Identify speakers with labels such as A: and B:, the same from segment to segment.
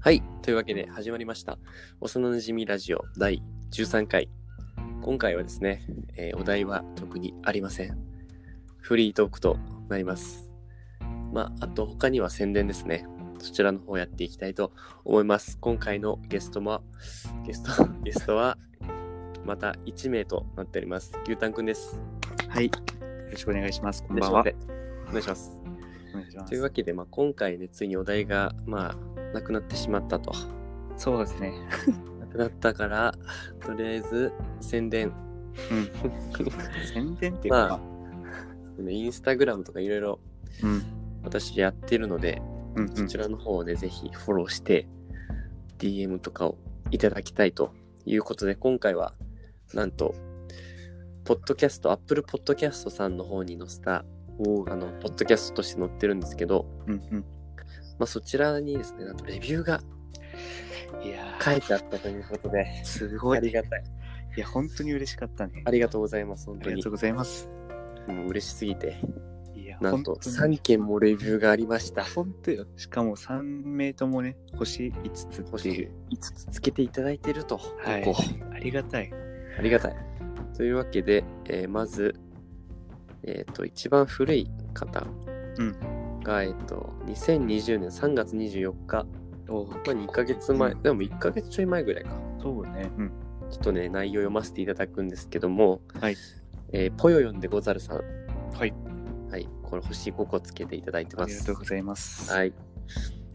A: はい。というわけで始まりました。幼なじみラジオ第13回。今回はですね、えーお題は特にありません。フリートークとなります。まあ、あと他には宣伝ですね。そちらの方やっていきたいと思います。今回のゲストは、ゲスト、 ゲストは、また1名となっております。牛タンくんです。
B: はい。よろしくお願いします。こ
A: こ
B: んばんは。
A: お願いします。
B: お願いしま
A: という
B: す。
A: わけで、まあ、今回ね、ついにお題が、まあ、なくなってしまったと。
B: そうですね。
A: なくなったから、とりあえず宣伝。
B: うん。宣伝っていうか、
A: まあインスタグラムとかいろいろ
B: うん。
A: 私やってるので、
B: うん、う
A: そ
B: ん
A: ち。らの方をね、ぜひフォローして、DM とかをいただきたいということで、今回は、なんと、ポッドキャスト、Apple Podcast さんの方に載せた、
B: お
A: あ
B: ー
A: の、ポッドキャストとして載ってるんですけど、
B: うん、
A: まあ、そちらにですね、なんとレビューが
B: うん。いや
A: 書いてあったということで、
B: ー、すご
A: あ
B: い。
A: り
B: い
A: がたい。
B: や、本当に嬉しかったね。
A: ありがとうございます、本
B: あ
A: 当
B: りが
A: に
B: とう。ございます。
A: もう嬉しすぎて。
B: いや、
A: なんと
B: 本当に
A: 3件もレビューがありました。
B: 本当よ。しかも3名ともね、星5つっていう。
A: 5つつけていただいてると。
B: はい
A: ここ
B: ありがたい。
A: ありがたい。というわけで、えーまず、えっ、と、一番古い方が、えっ、と、2020年3月24日、
B: お
A: まあ、
B: ー
A: 2ヶ月前、
B: うん
A: でも1ヶ月ちょい前ぐらいか。
B: そうね。うん。
A: ちょっとね、内容読ませていただくんですけども、
B: はい。
A: えーぽよよんでござるさん。
B: はい。
A: はい、これ星5個つけていただいて
B: あ
A: ま
B: りが
A: す
B: とう。ございます。
A: はい。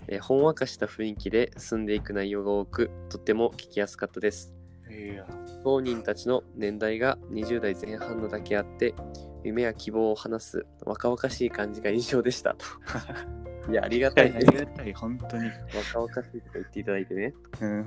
A: えーほんわかした雰囲気で進んでいく内容が多く、とっても聞きやすかったです。
B: いや。
A: 当人たちの年代が20代前半のだけあって夢や希望を話す若々しい感じが印象でした といやありがたいね
B: ありがたい、本当に。
A: 若々しいとか言っていただいてね
B: うん。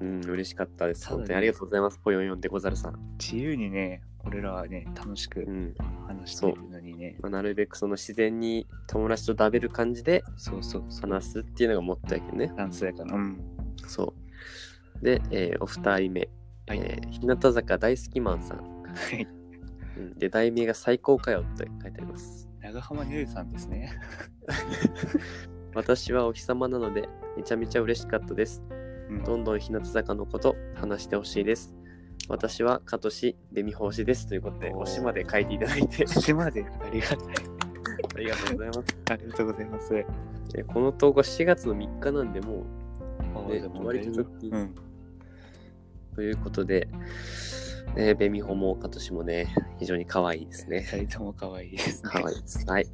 A: うん嬉しかったです
B: そうだね
A: 本当にありがとうございますぽよよんでござるさん、
B: 自由にね、俺らはね、楽しく
A: うん
B: 話してるのにね。
A: まあ、なるべくその自然に友達と食べる感じで
B: そうそうそう。
A: 話すっていうのがもったいけどね
B: ダンスやから。うん。
A: そうで、えーお二人目、
B: はい。
A: えー日向坂大好きマンさん、
B: はい。
A: うんで題名が最高かよって書いてあります
B: 長浜ねるさんですね。
A: 私はお日様なのでめちゃめちゃ嬉しかったです。
B: うん
A: どんどん日向坂のこと話してほしいです。私はカトシデミホーシですということで、
B: おー
A: 推しまで書いていただいて
B: 島でありがとう
A: ありがとうございます。
B: ありがとうございます。ね、
A: えこの投稿4月の3日なんでもでも割と
B: うん。
A: うということで、ね、ベミホもカトシもね非常に可愛いですね。
B: 二人とも可愛いです、ね。
A: 可愛いです。はい。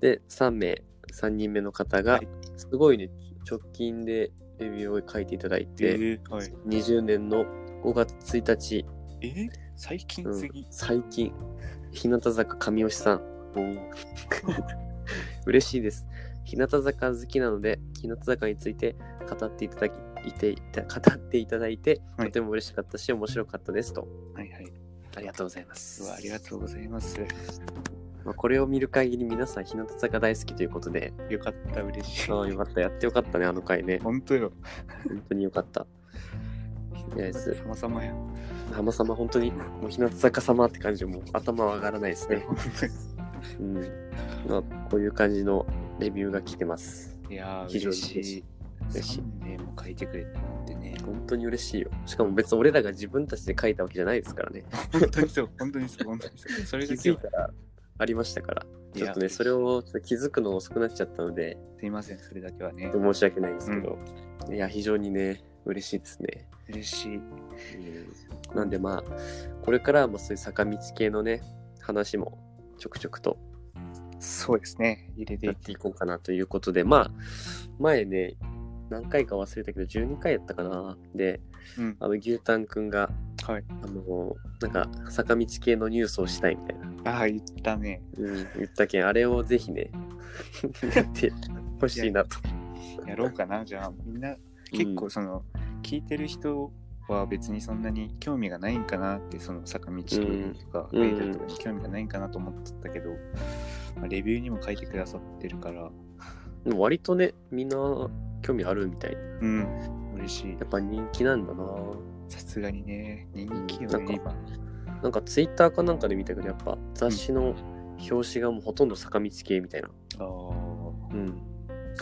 A: で3名3人目の方が
B: はい
A: すごいね直近でレビューを書いていただい
B: え
A: て、
B: ーはい、
A: 20年の5月1日
B: えー最近
A: うん
B: すぎ、
A: 最近日向坂神吉さん嬉しいです日向坂好きなので日向坂について語っていただきいていた語っていただいて、
B: はい
A: とても嬉しかったし面白かったですと
B: はいはい。
A: ありがとうございます
B: うわ、ありがとうございます。
A: まあ、これを見る限り皆さん日向坂大好きということで
B: よかった、嬉しい。
A: ああよかったやってよかったねあの回ね
B: 本当よ。
A: 本当によかったりあえず
B: 様様や。
A: 浜様本当にもう日向坂様って感じでもう頭は上がらないですね、うんまあ、こういう感じのレビューが来てます
B: いやー、
A: 非常に
B: 嬉しい。
A: 嬉しい
B: 3名も書いてくれたなんてね。
A: 本当に嬉しいよ。しかも別に俺らが自分たちで書いたわけじゃないですからね。
B: 本当にそう、本当にそう、本当にそう。そ
A: 気
B: れだ
A: づ
B: け
A: い
B: は
A: たらありましたから。
B: い
A: ち
B: や
A: ょっとね、それをちょっと気づくの遅くなっちゃったので、
B: すいません、それだけはね
A: ちょ。っと申し訳ないんですけど、いや、非常にね、嬉しいですね。
B: 嬉しい。
A: なんでまあ、これからはもうそういう坂道系のね、話もちょくちょくと
B: そうですね。入れて
A: や
B: い
A: っ
B: き
A: ていこうかなということで、まあ、前ね、何回か忘れたけど、12回やったかな。で、
B: うん。
A: あの、牛タンくんが、
B: はい。
A: あの、なんか、坂道系のニュースをしたいみたいな。
B: ああ、言ったね。
A: うん、言ったけん、あれをぜひね、 やってほしいなと。
B: やろうかな。じゃあ、みんな、結構その、聞いてる人は別にそんなに興味がないんかなって、その坂道とか、
A: うん
B: レーダーとかに興味がないんかなと思ってたけど、まあレビューにも書いてくださってるから、
A: うん、でも割とね、みんな興味あるみたい。や
B: うん、嬉しい。
A: っぱ人気なんだな。
B: さすがにね、人気よ
A: なんか
B: ね、今。
A: なんかツイッターかなんかで見たけど、やっぱ雑誌の表紙がもうほとんど坂道系みたいな。
B: ああ、
A: うん。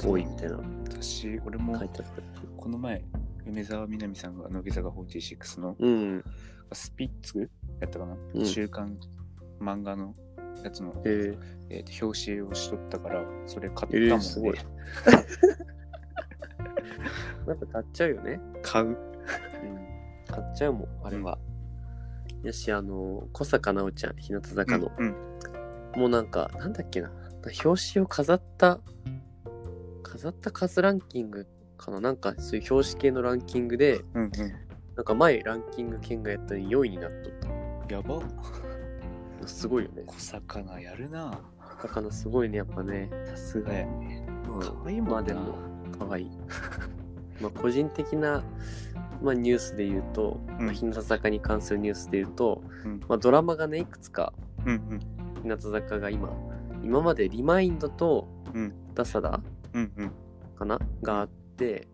A: 多いみたいな
B: 私、俺
A: 書
B: も
A: いてあった。
B: この前、梅沢みなみさんが乃木坂46の
A: うん。
B: スピッツやったかな、
A: うん
B: 週刊漫画のやつの、
A: えー、
B: えーと表紙をしとったから、それ買ったもん
A: え
B: で、
A: ー、すごい。やっぱ買っちゃうよね。
B: 買う。
A: 買っちゃうもん、あれは。やし、あの、小坂直ちゃん、日向坂の、
B: うんうん
A: もうなんか、なんだっけな、表紙を飾った、飾った数ランキングかな、なんかそういう表紙系のランキングで、
B: うん
A: なんか前ランキング県がやったのに4位になっとっ
B: うん。やば。
A: た。すごいよね。
B: 小魚やるな。
A: 小坂のすごいね、やっぱね。
B: さすがやね。
A: うん
B: 可愛いもんな。
A: まあでも、か わいい。まあ個人的な、まあ、ニュースで言うと、
B: うん
A: まあ、日向坂に関するニュースで言うと、
B: うん
A: まあ、ドラマがねいくつか
B: うん
A: 日向坂が今今まで「リマインド」と
B: うん
A: 「ダサダ
B: うんうんうん。」
A: かながあって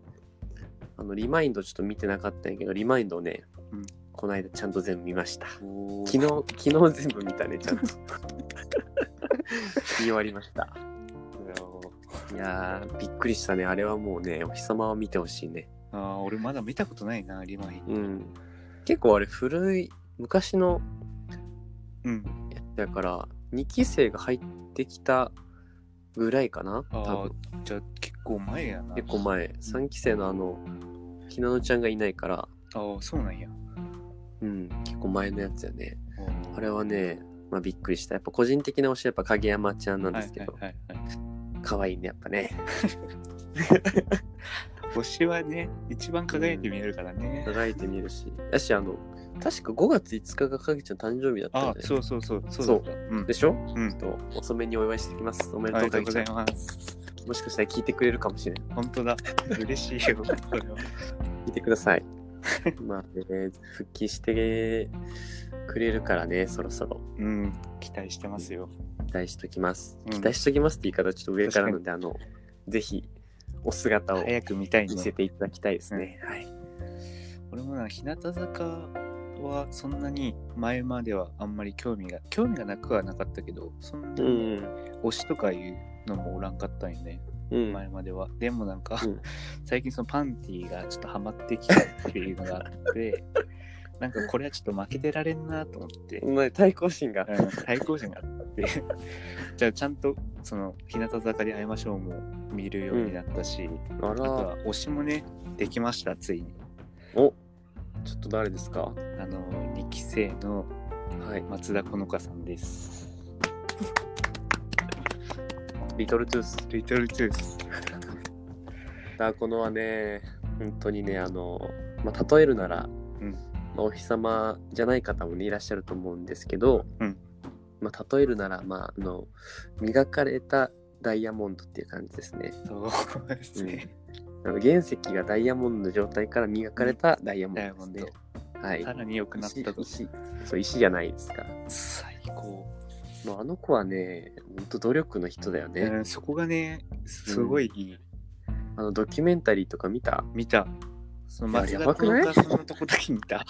A: あのリマインドちょっと見てなかったんやけどリマインドをね、
B: うん
A: この間ちゃんと全部見ました
B: お
A: 昨日昨日全部見たねちゃんと 見終わりましたいやーびっくりしたねあれはもうねお日様は見てほしいね
B: ああ、俺まだ見たことないな、リマイン。
A: うん結構あれ古い昔の
B: うん。
A: やつやから2期生が入ってきたぐらいかな多
B: あ
A: 分
B: あ、じゃあ結構前やな。
A: 結構。前3期生のあのひなのちゃんがいないから、
B: ああ、そうなんや。
A: うん、結構前のやつよね
B: お
A: あれはね、まあ、びっくりしたやっぱ個人的な推しはやっぱ影山ちゃんなん
B: ーは
A: で
B: い
A: すけ
B: は
A: ど
B: いはいはい。
A: 可愛、いねやっぱね
B: 星はね、一番輝いて見えるからね。
A: 輝いて見えるしやしあの確か5月5日が影ちゃん誕生日だったん
B: ああ
A: だ、よ
B: そうそうそう、そうだった。うん
A: でしょ、
B: うん
A: ちょっと遅めにお祝いしてきますおめで
B: あ
A: と
B: り
A: う
B: がとう
A: 影
B: ご
A: ち
B: ざ
A: ゃ
B: い
A: ん
B: ます。
A: もしかしたら聞いてくれるかもしれない
B: 本当だ。嬉しいよ。これは
A: 聞いてくださ いまあ、ね、復帰してくれるからねそろそろ
B: うん、期待してますよ。
A: 期待しときます。
B: うん
A: 期待しときますって言い方ちょっと上からなんで、あの、ぜひ、お姿を
B: 早く見たい
A: 見せ
B: ね。
A: ていただきたいですね。はい。
B: 俺もな、日向坂はそんなに前まではあんまり興味が、興味がなくはなかったけど、そんな
A: う
B: に
A: ん。
B: 推しとかいうのもおらんかったんよね、
A: うん。
B: 前までは。でもなんか、
A: うん
B: 最近そのパンティーがちょっとハマってきたっていうのがあって、 なんかこれはちょっと負けてられんなと思って。
A: まあ対抗心が。
B: うん対抗心があって じゃあちゃんとその日向坂で会いましょうも見るようになったし、
A: あ
B: あと
A: ら、
B: は推しもねできましたついに
A: おちょっと誰ですかは
B: あの2期生の
A: い。
B: 松田好花さんです
A: リトルトゥース。
B: リトルトゥース
A: ダーコノはね、本当にね、あの、まあ、例えるなら、
B: うん
A: まあ、お日様じゃない方もね、いらっしゃると思うんですけど、
B: うん
A: まあ、例えるなら、まあ、あの、磨かれたダイヤモンドっていう感じですね。
B: そうですね、
A: あの原石がダイヤモンドの状態から磨かれたダイヤモン
B: ダイヤモ
A: ド
B: ン
A: で
B: ド
A: すね。はい。
B: さらに良くなっ
A: 石
B: たと
A: 石そう石じゃないですから。
B: 最高、
A: もうあの子はね、本当努力の人だよね、
B: うんそこがねすごいいい、
A: あのドキュメンタリーとか見た
B: 見たその
A: いや
B: 松
A: や
B: 田
A: ばくない
B: 好花さんのとこだけ見 た
A: い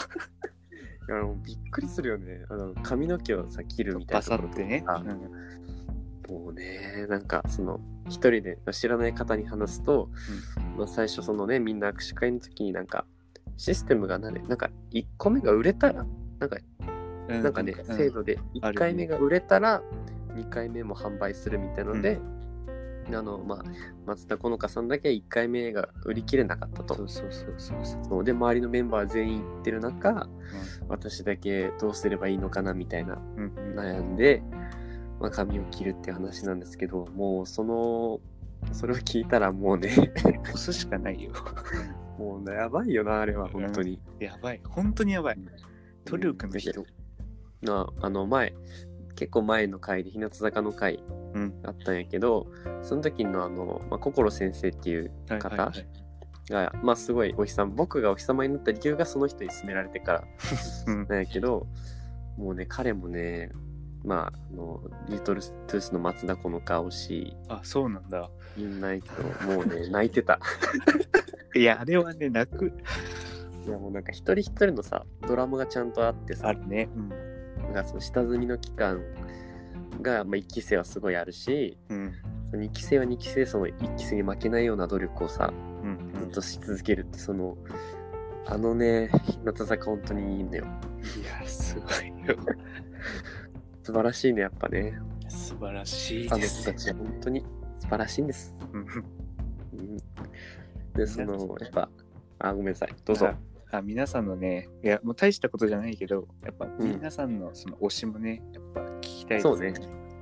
A: やもうびっくりするよね。あの髪の毛をさ切るみたい
B: バ
A: な
B: サ
A: と
B: っ
A: ころとか
B: てね、
A: あ
B: うん
A: もうね、なんかその一人で知らない方に話すと、まあ、最初そのねみんな握手会の時になんかシステムがなれなんか1個目が売れたらなんか
B: う
A: なんかね、
B: う
A: 制度で
B: あ
A: 1
B: る
A: 回目が売れたら2回目も販売するみたいなので、あのまあ、松田好花さんだけ1回目が売り切れなかった
B: そ
A: と
B: うそうそうそうそう
A: そうで周りのメンバー全員行ってる中私だけどうすればいいのかなみたいな
B: うんうん
A: 悩んで、まあ、髪を切るっていう話なんですけどもうそのそれを聞いたらもうね
B: 押すしかないよ。
A: もうやばいよなあれは本当に。
B: やばい。本当にやばい。努力の人。
A: なあの前結構前の回で日向坂の回
B: うん
A: あったんやけど、その時のあの、まあ、心先生っていう
B: はいはいはい
A: がまあすごいお日様僕がお日様になった理由がその人に勧められてから
B: うん
A: なんやけどもうね彼もねまああのリトルトゥースの松田好花推し
B: あ、そうなんだ。
A: いないけどもうね泣いてた
B: いや、あれはね、泣く。
A: いやもうなんか一人一人のさドラマがちゃんとあってさ
B: あるね。うん。
A: なんかその下積みの期間が、まあ、1期生はすごいあるし
B: うん。
A: 2期生は2期生でその1期生に負けないような努力をさ
B: うん
A: ずっとし続けるってそのあのね日向坂本当にいいんだよ
B: いやすごいよ
A: 素晴らしいねやっぱね
B: 素晴らしい
A: あ
B: で
A: の人
B: す
A: た
B: ね
A: ちは本当に素晴らしいんです、
B: うん
A: うん、でそのやっぱあごめんなさいどうぞ
B: ああ皆さんのねいやもう大したことじゃないけどやっぱ
A: ん
B: 皆さんのその推しもねやっぱ聞きたいです
A: そうね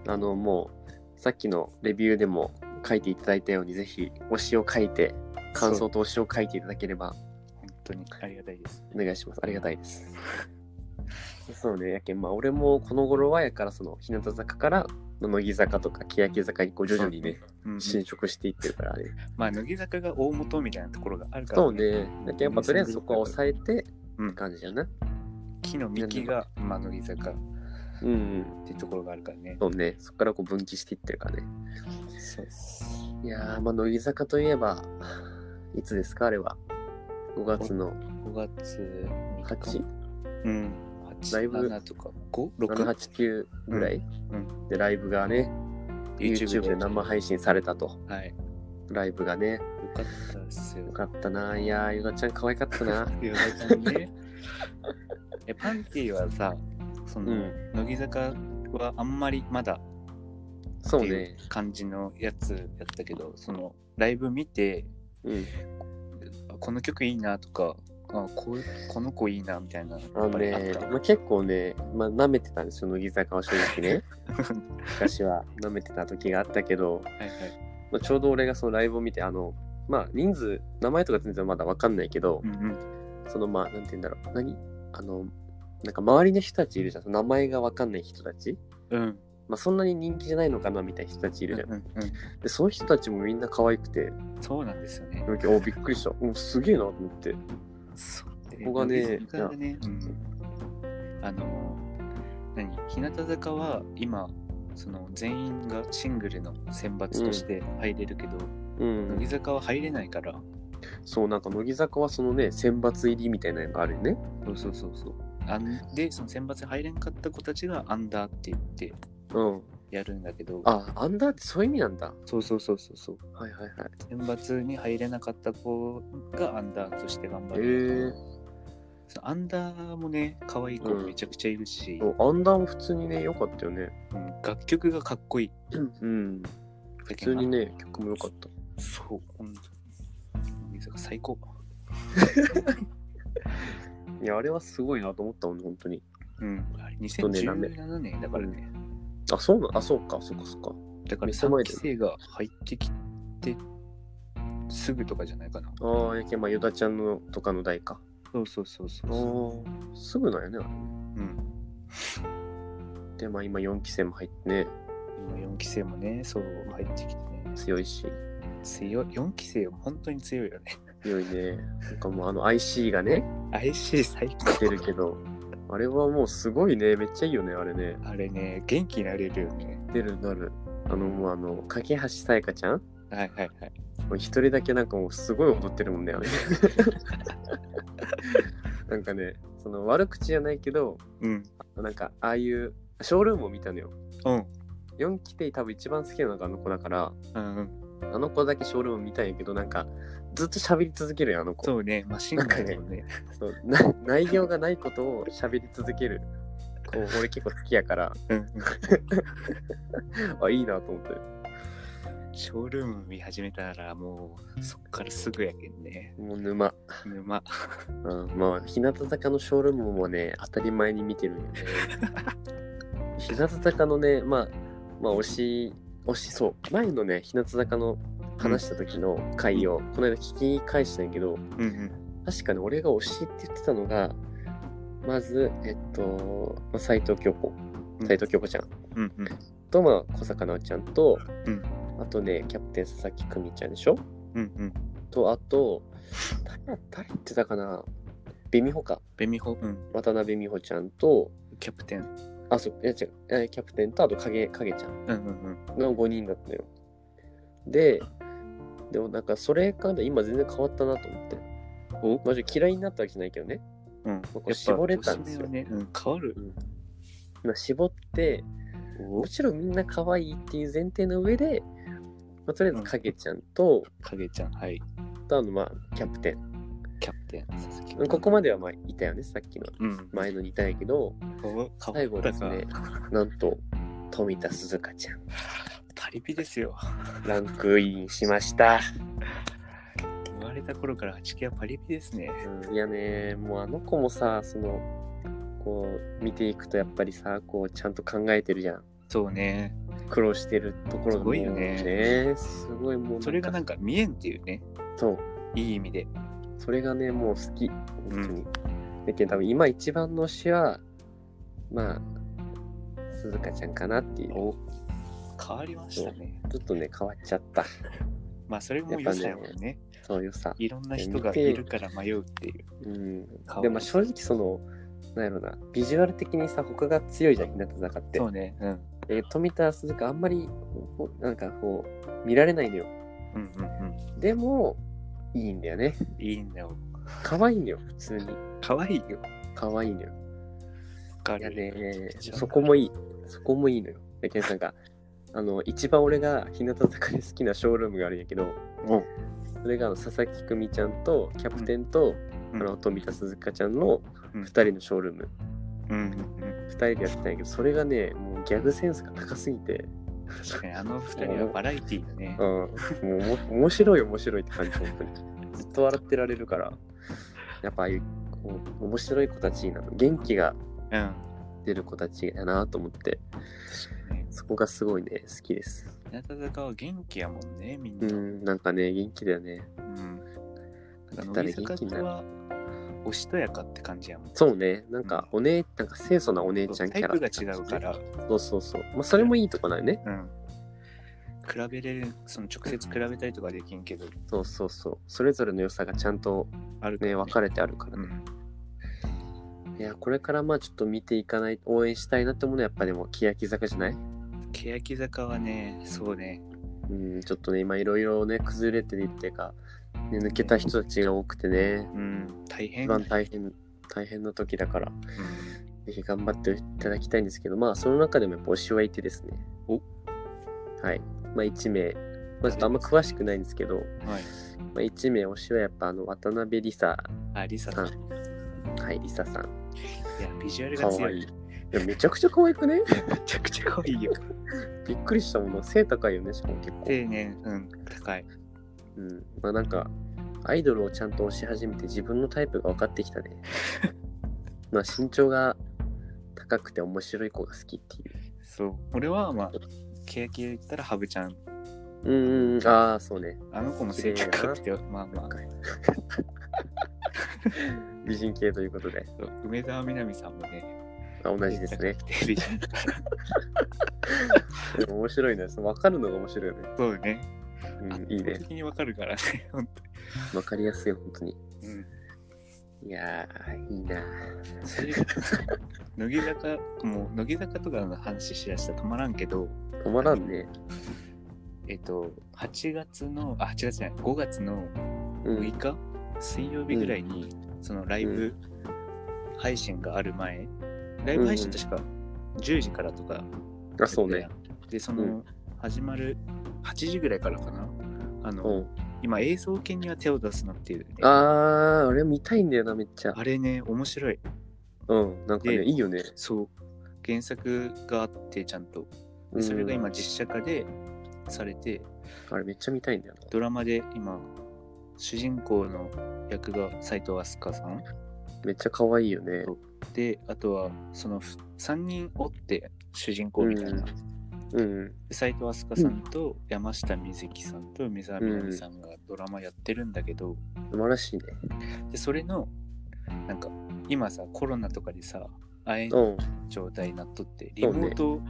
A: あのもうさっきのレビューでも書いていただいたようにぜひ推しを書いて感
B: そ
A: 想
B: う
A: と推しを書いていただければ
B: 本当にありがたいです
A: お願いしますありがたいですそうねやけんまあ俺もこの頃はやからその日向坂から乃木坂とか欅坂にこう徐々にね
B: うんうん
A: 侵食していってるからね
B: まあ乃木坂が大元みたいなところがあるから
A: そうねだけどやっぱとりあえずそこは抑えて
B: うん
A: 感じやな
B: 木の幹が、まあ、乃木坂っ
A: うん、うん、
B: ていうところがあるからね
A: そうねそこからこう分岐していってるからね
B: そうです
A: いやーまあ乃木坂といえばいつですかあれは5月の
B: 5月3日
A: 8
B: うん
A: だいぶ
B: 87とか569
A: 789ぐらい、
B: うん
A: でライブがね YouTube で生配信されたと
B: はいよ
A: ライブがね
B: かったですよ
A: よかったないやーゆなちゃん可愛かったな
B: よかった ねえパンティはさその、
A: うん
B: 乃木坂はあんまりまだって
A: そう
B: いう
A: ね
B: 感じのやつやったけどそのライブ見て
A: うん
B: この曲いいなとかあこうこの子いいなみたいなや
A: あ
B: っ
A: の
B: ぱりあっ
A: ね
B: た、
A: まあ、結構ね、まあ、舐めてたんですよ乃木坂は正直 ね昔は舐めてた時があったけど、
B: はいはい
A: まあ、ちょうど俺がそのライブを見てあのまあ人数名前とか全然まだ分かんないけど
B: う、んうん
A: そのまあなんて言うんだろう何あのなんか周りの人たちいるじゃんその名前が分かんない人たち
B: うん
A: まあそんなに人気じゃないのかなみたいな人たちいるじゃん、
B: うんうん
A: でその人たちもみんな可愛くて
B: そうなんですよね
A: なんかおびっくりしたおすげえなと思って
B: そう
A: ここがね
B: 乃木坂がねうんあの何日向坂は今その全員がシングルの選抜として入れるけど、
A: う
B: 乃木
A: ん
B: 坂は入れないから
A: そうなんか乃木坂はそのね選抜入りみたいなのがあるよね
B: そうそうそうそうあんでその選抜に入れんかった子たちがアンダーって言って
A: うん
B: やるんだけど
A: あアンダーってそういう意味なんだ
B: そうそうそうそうそう
A: はいはいはい
B: 選抜に入れなかった子がアンダーとして頑張
A: え
B: る、
A: ー
B: そのアンダーもね可愛い子
A: うん
B: めちゃくちゃいるし、
A: そうアンダーも普通にね良かったよね
B: うん楽曲がかっこいい
A: うん普通にね曲も良かった
B: そう本当に乃木坂最高
A: いやあれはすごいなと思ったもんね本当に
B: うんあれ
A: とねなんで
B: 2017年だからね
A: あそうなあそうかそうかそうか
B: だから
A: めっちゃ前だ
B: 3期
A: よ
B: 生が入ってきてすぐとかじゃないかな
A: ああ、やけんまあ、ヨダちゃんのとかの代か。
B: そうそうそうそう
A: あ
B: そ
A: あ、すぐなんやね。
B: ううん
A: で、まあ、今4期生も入ってね、
B: 今4期生もね、そう入ってきてね、
A: 強いし、
B: 強い、4期生は本当に強いよね。
A: 強いね。なんかもう、あの、IC がね、
B: IC 最
A: 出
B: 高。
A: るけど、あれはもうすごいね、めっちゃいいよね、あれね。
B: あれね、元気になれるよね。
A: 出るなる。あの、もうあの、架橋さやかちゃんも
B: はいはいはい。
A: う一人だけなんかもうすごい踊ってるもんね、 あれ。なんかね、その悪口じゃないけど、
B: うん。
A: なんか、ああいう、ショールームを見たのよ。
B: うん。
A: 4期で多分一番好きなのがあの子だから、
B: うん、
A: あの子だけショールーム見たいけど、なんか、ずっと喋り続けるよ、あの子。
B: そうね、マシンガンだもんね。
A: そうな内容がないことを喋り続ける。こう、俺結構好きやから、
B: うん。
A: あ、いいなと思って。
B: ショールーム見始めたら、もう、そっからすぐやけん ね。
A: もう沼。
B: 沼。
A: うん、まあ、日向坂のショールームもね、当たり前に見てるんよ ね。日向坂のね、まあ、まあ、推し、推し、そう、前のね、日向坂の話した時の回を、この間聞き返したんやけど、
B: うんうん。
A: 確かに俺が推しって言ってたのがまずえっと斎藤京子斎藤京子ちゃん
B: うんうん。
A: と、まあ、小坂直ちゃんと、
B: うん
A: あとねキャプテン佐々木久美ちゃんでしょ
B: うんうん。
A: とあと誰誰言ってたかなベミホか
B: ベミホ、うん。
A: 渡辺美穂ちゃんと
B: キャプテン。
A: あそういや違うえキャプテンとあと影影ちゃん
B: うんうんうん。
A: の5人だったのよででもなんかそれから今全然変わったなと思って
B: お
A: まあ、嫌いになったわけじゃないけどね
B: うん。
A: 僕絞れたんですよ
B: やっぱ年齢はね、うん、変わる。
A: まあ絞って
B: お
A: もちろんみんな可愛いっていう前提の上でまあ、とりあえず影ちゃんと、
B: 影ちゃん、はい。
A: あとあのまあキャプテ
B: キャプテン、佐々木。
A: ンここまではまあいたよねさっきの
B: うん。
A: 前のにいたんやけど
B: か
A: 最後ですねなんと富田鈴香ちゃん
B: パリピですよ。
A: ランクインしました、
B: 生まれた頃から八木はパリピですね。
A: うん、いやねもうあの子もさそのこう見ていくとやっぱりさこうちゃんと考えてるじゃん
B: そうね。
A: 苦労してるところが
B: すごいよね
A: ねすごいもうなんか
B: それがなんか見えんっていうね、
A: そう
B: いい意味で。
A: それがねもう好き本当に、だけど多分今一番の推しはまあ鈴鹿ちゃんかなっていう
B: お変わりましたね。
A: ちょっとね変わっちゃった
B: まあそれも良さよね
A: そういうさ、
B: いろんな人がいるから迷うっていう。
A: うん、で
B: 顔
A: もまあ正直そのなんやろなビジュアル的にさ他が強いじゃん日向坂って
B: そうね。うん。
A: えー富田鈴鹿あんまりこうなんかこう見られないのよ
B: うんうん
A: でもいいんだよね
B: うん。いいんだよ。
A: 可愛いのよ普通に
B: 可愛いよ。
A: 可愛いのよ
B: わか
A: いや
B: る。
A: ね、
B: 一番
A: そこもいい。そこもいいのよ。だけどなんか、あの、一番俺が日向坂で好きなショールームがあるんやけど、
B: お
A: それがあの佐々木久美ちゃんとキャプテンと、
B: うん
A: あの富田鈴香ちゃんの
B: うん
A: 2人のショールーム、
B: うんうん
A: 2人でやってたんやけどそれがねもうギャグセンスが高すぎて、
B: うん。確かにあの二人はバラエティーだね
A: うん、。もうおも面白い面白いって感じ本当にずっと笑ってられるからやっぱああいうこう面白い子たちになる元気が
B: うん。
A: 出る子たちだなと思って
B: 確かにね。
A: そこがすごいね好きです
B: 日向坂は元気やもんね、みん
A: う
B: な。
A: ん、なんかね、元気だよね。
B: うん。
A: 出たら
B: 乃木
A: 元
B: 坂
A: 気になる。
B: はおしとやかって感じやもん。
A: そうね、なんか、お姉、なんか清楚なお姉ちゃんキ
B: タイ
A: ャラ。
B: プが違うから、
A: そうそうそう。まあ、それもいいとこだよね。
B: うん。比べれる、その直接比べたりとかできんけど、
A: そうそうそう。それぞれの良さがちゃんと
B: ある
A: ね、分かれてあるから
B: う
A: ね。
B: ん。
A: いや、これからまあ、ちょっと見ていかない、応援したいなってものはやっぱでも、欅坂じゃない
B: 欅坂はね、そうね、
A: うん、ちょっとね、今いろいろね、崩れてるっていうか、ね、抜けた人たちが多くてね、
B: うん、大
A: 一
B: 変。
A: 番大変、大変な時だから、
B: うん
A: ぜひ頑張っていただきたいんですけど、まあ、その中でもやっぱ推しはいてですね。
B: お
A: はい。まあ、1名。まあ、ちょっとあんま詳しくないんですけど、
B: はい。
A: まあ、1名推しはやっぱあの、渡辺梨沙
B: あ、リサ
A: さ
B: さ
A: ん
B: ん。い。
A: はい、梨沙さん。
B: や、ビジュアル
A: か
B: が強
A: わいい。
B: い。
A: いや、めちゃくちゃ可愛くね
B: めちゃくちゃ可愛いよ。
A: びっくりしたもの。背高いよね、しかも結構。
B: でね、うん、高い。
A: うん。まあ、なんか、アイドルをちゃんと推し始めて自分のタイプが分かってき たね。まあ、身長が高くて面白い子が好きっていう。
B: そう。俺は、まあ、欅で言ったらハブちゃん。
A: うんうんうん、ああ、そうね。
B: あの子も性格高くて、まあまあ、
A: 美人系ということで。
B: そう梅澤美波さんもね、
A: あ同じですね。
B: 高くて美人。
A: でも面白いね。その分かるのが面白いよね。
B: そうね。
A: うん、いい
B: 圧
A: ね
B: 倒。的にわかるからね、本当
A: 分かりやすい、本当に。
B: に。うん。
A: いやー、いいな
B: それ乃木坂、もう、乃木坂とかの話しだしたら止まらんけど、
A: 止まらんね。
B: えっと、8月の、あ、8月じゃない、5月の
A: う
B: 6
A: ん。
B: 日、水曜日ぐらいに、そのライブ配信がある前、ライブ配信確か10時からとか、
A: あ、そうね。。
B: で、その、
A: うん
B: 始まる8時ぐらいからかな。あ
A: う
B: の、
A: ん。
B: 今、映像系には手を出すなっていう、ね。
A: あー、俺見たいんだよな、めっちゃ。
B: あれね、面白い。
A: うん。なんかね、
B: で
A: いいよね。
B: そう。原作があって、ちゃんと。でそれが今、実写化でされて、
A: うん。あれめっちゃ見たいんだよな。
B: ドラマで今、主人公の役が斎藤飛鳥さん。
A: めっちゃ可愛いよね。
B: であとはその3人おって主人公みたいな
A: うん。
B: 斎、藤飛鳥さんと山下美月さんと梅沢美波さんがドラマやってるんだけど、
A: 素晴らしいね。
B: でそれのなんか今さコロナとかでさ会えん
A: うん。
B: 状態になっとってリ
A: そ
B: モ
A: うね
B: ート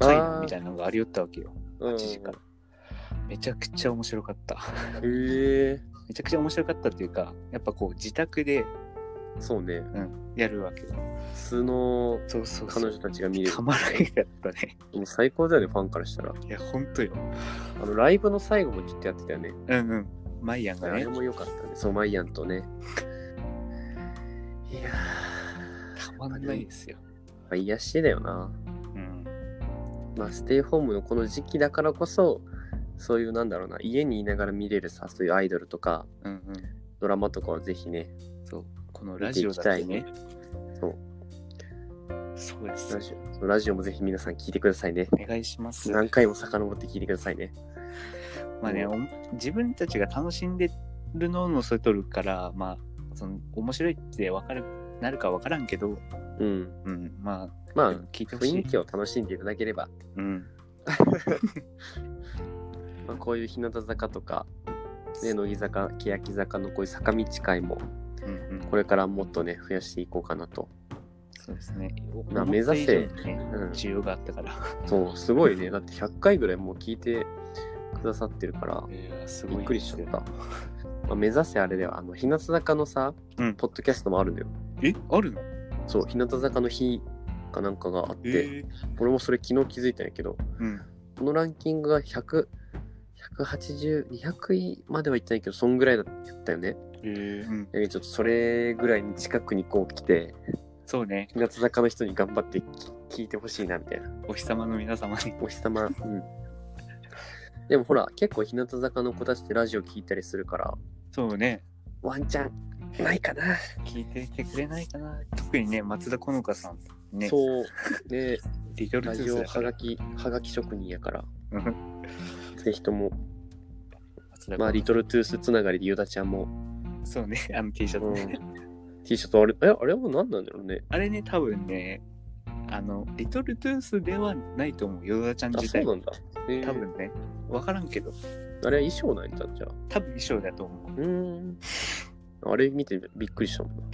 B: 会
A: あー
B: 議みたいなのがありよったわけよ
A: うん。
B: 8時から、めちゃくちゃ面白かった
A: へえ
B: めちゃくちゃ面白かったっていうかやっぱこう自宅で、
A: ー。そうね。
B: うん、やるわけよ
A: 素の
B: そうそうそう
A: 彼女たちが見れる
B: た。まらなかったね
A: もう最高だよね、ファンからしたら。
B: いやほんとよ
A: あの、ライブの最後もちょっとやってたよね。
B: うんうん。マイヤン
A: あ
B: がね
A: れ、も良かったね。そう、マイアンとね。いやー、
B: たまんないですよ。
A: まあ、癒しだよな。
B: うん。
A: まあ、ステイホームのこの時期だからこそ、そういうなんだろうな家にいながら見れるさそういうアイドルとか
B: うんうん。
A: ドラマとかをぜひね
B: そう。このラジオだけね。
A: そう
B: そうです
A: ラ。ジオそうラジオもぜひ皆さん聞いてくださいね
B: お願いします。
A: 何回も遡って聞いてくださいね
B: まあね、お自分たちが楽しんでるのもそれとるから、まあ、その面白いってわかる、なるかわからんけど、
A: うん
B: うん、まあ、
A: まあ
B: でも聞いてほし
A: 雰
B: い
A: 囲。気を楽しんでいただければ、
B: うん。
A: まあ、こういう日向坂とか、ね、乃木坂欅坂のこういう坂道会も
B: うんうん、
A: これからもっとね増やしていこうかなと、
B: そうですね。
A: まあ目指せ
B: 思った以上にね
A: うん、
B: 需要があったから。
A: そうすごいねだって100回ぐらいもう聞いてくださってるから
B: す
A: びっくりしちゃった、まあ、目指せあれだよあの日向坂のさ、
B: うん
A: ポッドキャストもあるんだよ
B: え、あるの
A: そう日向坂の日かなんかがあって、
B: え
A: 俺もそれ昨日気づいたんやけど
B: うん。
A: このランキングが100180200位まではいってないけどそんぐらいだったよね
B: えうん。
A: えーちょっとそれぐらいに近くにこう来て
B: そうね。
A: 日向坂の人に頑張ってき聞いてほしいなみたいな
B: お日様の皆様に。
A: お日 様、うん、でもほら結構日向坂の子たちってラジオ聞いたりするから
B: そうね。
A: ワンチャンないかな、
B: 聞いていてくれないかな。特にね、松田好花さん。ね。う。
A: そう ね
B: リトル
A: ラ
B: トゥ
A: ジオ
B: ース
A: はが
B: だ
A: きはがき職人やから
B: から。
A: ぜひとも
B: 松田
A: まあリトルトゥースつながりでユダちゃんも、
B: そうね。あの T シャ
A: う
B: ツね。
A: ん、T シャツあれえあれは何なんだろうね
B: あれね、多分ね、あの、リトルトゥースではないと思う。ヨダちゃん
A: あ
B: 自
A: そう
B: 体。
A: なんだ、えー
B: 多分ね、わからんけど、
A: あれは衣装なんだじゃあ
B: 多分衣装だと思う。
A: うーん。あれ見てびっくりしたもん。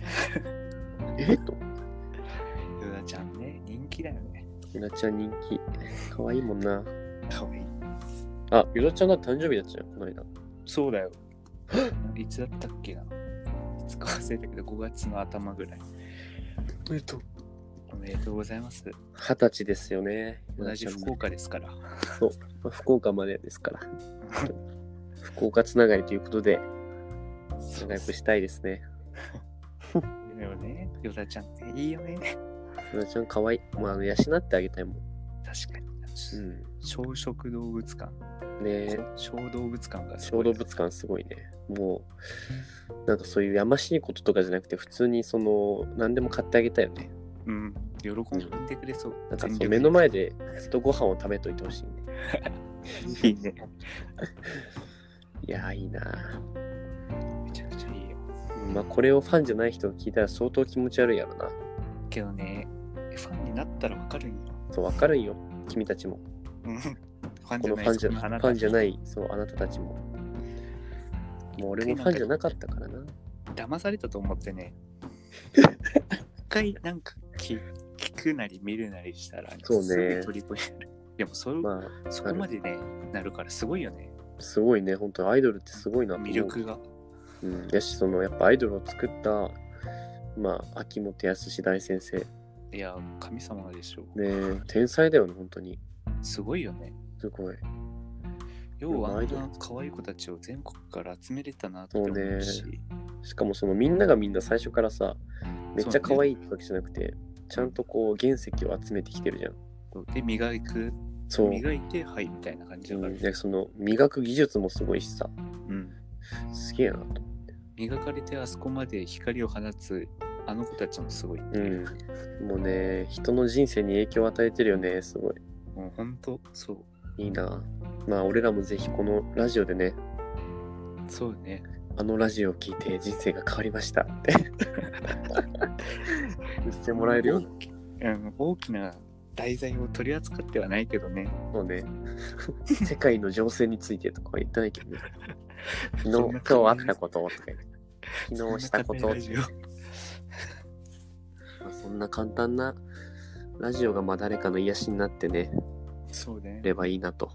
A: えっと、
B: ヨダちゃんね、人気だよね。
A: ゆなちゃん人気。かわいいもんな。
B: かわいい。
A: あ、ゆなちゃんが誕生日だったじゃん、この間。
B: そうだよ。 いつだったっけな。いつか忘れたけど、5月の頭ぐらい。
A: えっと。
B: おめでとうございます。
A: 二十歳ですよね。
B: 同じ福岡ですから。
A: まあ福岡までですから。福岡つながりということで、
B: そう
A: 仲
B: で
A: 良く
B: す
A: したいですね。
B: よね。ヨダちゃんっていいよね。
A: ゆなちゃんかわいい。もうあの、養ってあげたいもん。
B: 確かに。
A: うん。
B: 小食動物館。
A: ね
B: 小動物館がすご
A: 小
B: い
A: 動物館すごいね。もう、なんかそういうやましいこととかじゃなくて、普通にその、何でも買ってあげたよね。
B: うん。喜んでくれそう。
A: なんか
B: 全
A: そう
B: 力
A: 目の前でずっとご飯を食べといてほしいね。
B: いいね。
A: いやーいいなー
B: めちゃくちゃいいよ。
A: まあこれをファンじゃない人が聞いたら相当気持ち悪いやろな。
B: けどね、ファンになったらわかるんよ。
A: そうわかるんよ。君たちも。
B: うんファン
A: こ
B: じ
A: の
B: ゃな
A: ファ
B: い
A: ンじゃ
B: そんなあな
A: フ
B: た
A: ァンじゃない、そうあなたたちも。もう俺もファンじゃなかったからな。
B: 騙されたと思っ てね。一回なんか聞聞くなり見るなりしたら、
A: そうね
B: すぐ虜になる。でもそ,、
A: ま
B: そこまでね、なるからすごいよね。
A: あすごいね、本当アイドルってすごいなと思う
B: 魅力が。
A: うん。やし、そのやっぱアイドルを作った、まあ秋元康大先生。
B: いや、神様でしょう。
A: ね天才だよね、本当に。
B: すごいよね。
A: すごい。
B: 要はあ
A: ア
B: ん
A: イドル
B: な可愛い子たちを全国から集めれたなって思うし。
A: そうしかもそのみんながみんな最初からさめっちゃ可愛いってわけじゃなくて、ちゃんとこう原石を集めてきてるじゃん。
B: で、磨く、
A: そう。
B: 磨いて、はい、みたいな感じだ
A: う
B: から。
A: んでその磨く技術もすごいしさ
B: うん
A: すげえなと。
B: 磨かれてあそこまで光を放つあの子たちもすごい、
A: うん、もうね人の人生に影響を与えてるよねすごい。
B: もうほんとそう
A: いいな。まあ俺らもぜひこのラジオでね
B: そうね
A: あのラジオを聞いて人生が変わりましたって 言ってもらえるような
B: うん大きな題材を取り扱ってはないけどね
A: そう ね世界の情勢についてとかは言ってないけ どね昨
B: そん
A: 日
B: な
A: 今日あったこととか言って昨日したこ
B: そん
A: と
B: な硬いラジオ
A: まあそんな簡単なラジオがまあ誰かの癒しになってね、
B: そうね
A: ればいいなと。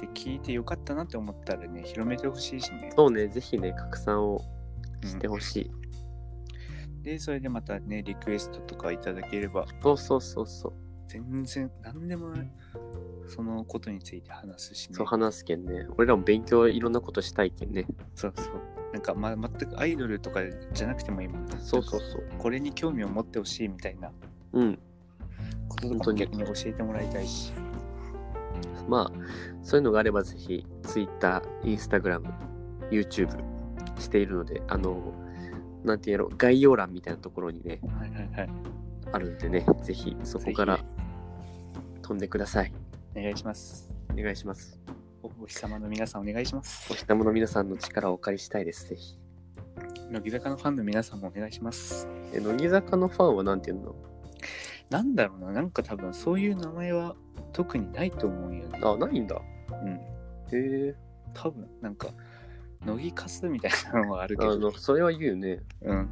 B: で聞いてよかったなって思ったらね広めてほしいしね、
A: そうね、ぜひね、拡散を
B: うん
A: してほしい。
B: でそれでまたねリクエストとかいただければ
A: そうそうそうそう。
B: 全然何でもそのことについて話すしね
A: そう話すけんね。俺らも勉強いろんなことしたいけんね。
B: そうそうなんか、ま、全くアイドルとかじゃなくても今
A: そうそうそう。
B: これに興味を持ってほしいみたいな
A: うん。
B: こととかも逆に教えてもらいたいし。
A: まあ、そういうのがあればぜひ、Twitter、Instagram、YouTube しているので、あの、なんていうやろ、概要欄みたいなところにね、
B: はいはいはい。
A: あるんでね、ぜひそこから飛んでください。
B: お願いします。
A: お願いします。
B: おお日様の皆さんお願いします
A: お。日様の皆さんの力をお借りしたいです、ぜひ。
B: 乃木坂のファンの皆さんもお願いします。
A: え、乃木坂のファンはなんていうの
B: なんだろうな、なんか多分そういう名前は特にないと思うよね。
A: あ、ないんだ。
B: うん。
A: へえ。
B: 多分なんか、乃木カスみたいなのはあるけ
A: あ
B: ど、
A: の、それは言うね。
B: うん。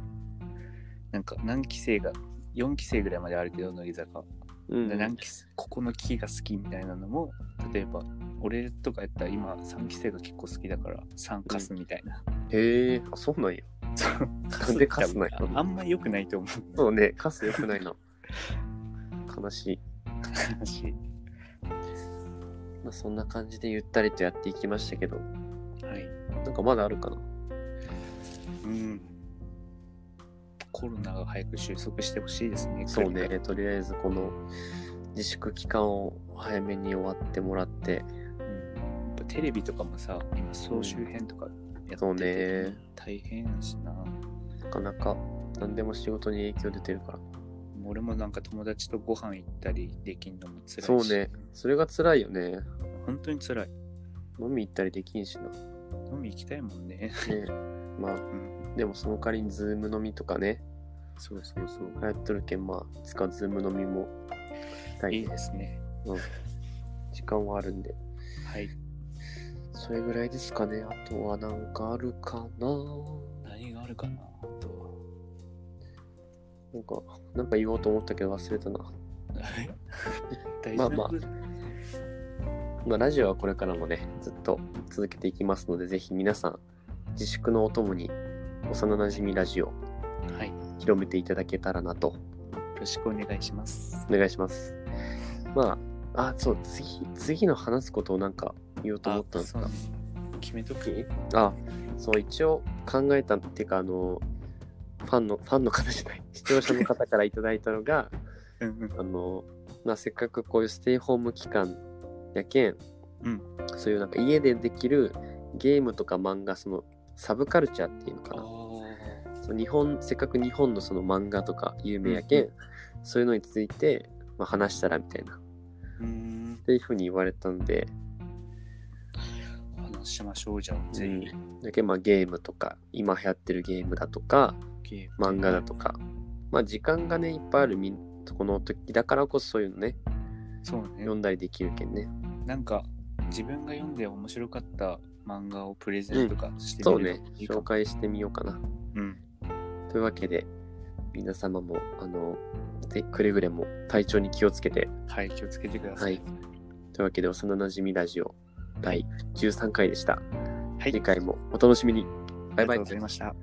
B: なんか何期生が、4期生ぐらいまであるけど、乃木坂。
A: う
B: で何
A: ん。
B: 期生ここの期が好きみたいなのも、例えば、俺とかやったら今3期生が結構好きだから、3カスみたいな。
A: へえ。あ、そうなんや。
B: そう
A: なんでカスなんや
B: 多分あんま良くないと思う。
A: そうね、カス良くない な。悲しい。
B: 悲しい。
A: まあ、そんな感じでゆったりとやっていきましたけど、
B: はい。
A: なんかまだあるかな
B: うん。コロナが早く収束してほしいですね。
A: そうね、とりあえずこの自粛期間を早めに終わってもらって、
B: うん。やっぱテレビとかもさ、今総集編とかや
A: そう
B: ってて、
A: ね
B: 大変やしな。
A: なかなか何でも仕事に影響出てるから。
B: 俺もなんか友達とご飯行ったりできんのも辛いし。
A: そうね。それが辛いよね。
B: 本当に辛い。
A: 飲み行ったりできんしな。ね、
B: 飲み行きたいも んね。
A: まあ、
B: ん
A: でもその代わりにズーム飲みとかね、
B: そうそうそう。
A: 流行っとるけん、まあ、いつかズーム飲みもした
B: い
A: い
B: い
A: ね。
B: ですね。
A: 時間はあるんで。
B: はい。
A: それぐらいですかね。あとはなんかあるかな
B: 何があるかなあとは。
A: なんか、なんか言おうと思ったけど忘れたな。
B: 大
A: まあ
B: 事な
A: まあ
B: ことだ
A: まあ、ラジオはこれからもね、ずっと続けていきますので、ぜひ皆さん、自粛のお供に、幼なじみラジオ、
B: はい。よ
A: 広めていただけたらなと、
B: ろしくお願いします。
A: お願いします。まあ、あ、そう、次、次の話すことをなんか言おうと思ったんです
B: そう
A: が
B: ね、決めとく
A: あ、そう、一応考えたっていうか、あの、ファンの、ファンの方じゃない、視聴者の方からいただいたのが、
B: うんうん。
A: あの、まあ、せっかくこういうステイホーム期間やけん、
B: うん
A: そういうなんか家でできるゲームとか漫画そのサブカルチャーっていうのかなその日本せっかく日本のその漫画とか有名やけん、
B: うん
A: そういうのについて、まあ、話したらみたいなっ
B: うーん。
A: ていうふうに言われたんで
B: お話ししましょうじゃあ、ぜひ。
A: だけどまあゲームとか今流行ってるゲームだとか
B: ゲーム
A: 漫画だとか、まあ、時間がねいっぱいあるみんこの時だからこそそういうのね
B: そうね
A: 読。んだりできるけんね
B: なんか、自分が読んで面白かった漫画をプレゼントとかして
A: そう
B: みる
A: ね
B: といいか
A: 紹
B: も。
A: 介してみようかな
B: うん。
A: というわけで皆様もあのぜくれぐれも体調に気をつけて
B: はい、気をつけてくださ。
A: はいいというわけで幼なじみラジオ第13回でした、
B: はい
A: 次回もお楽しみにバイ
B: あ
A: バイ
B: りがとうございました。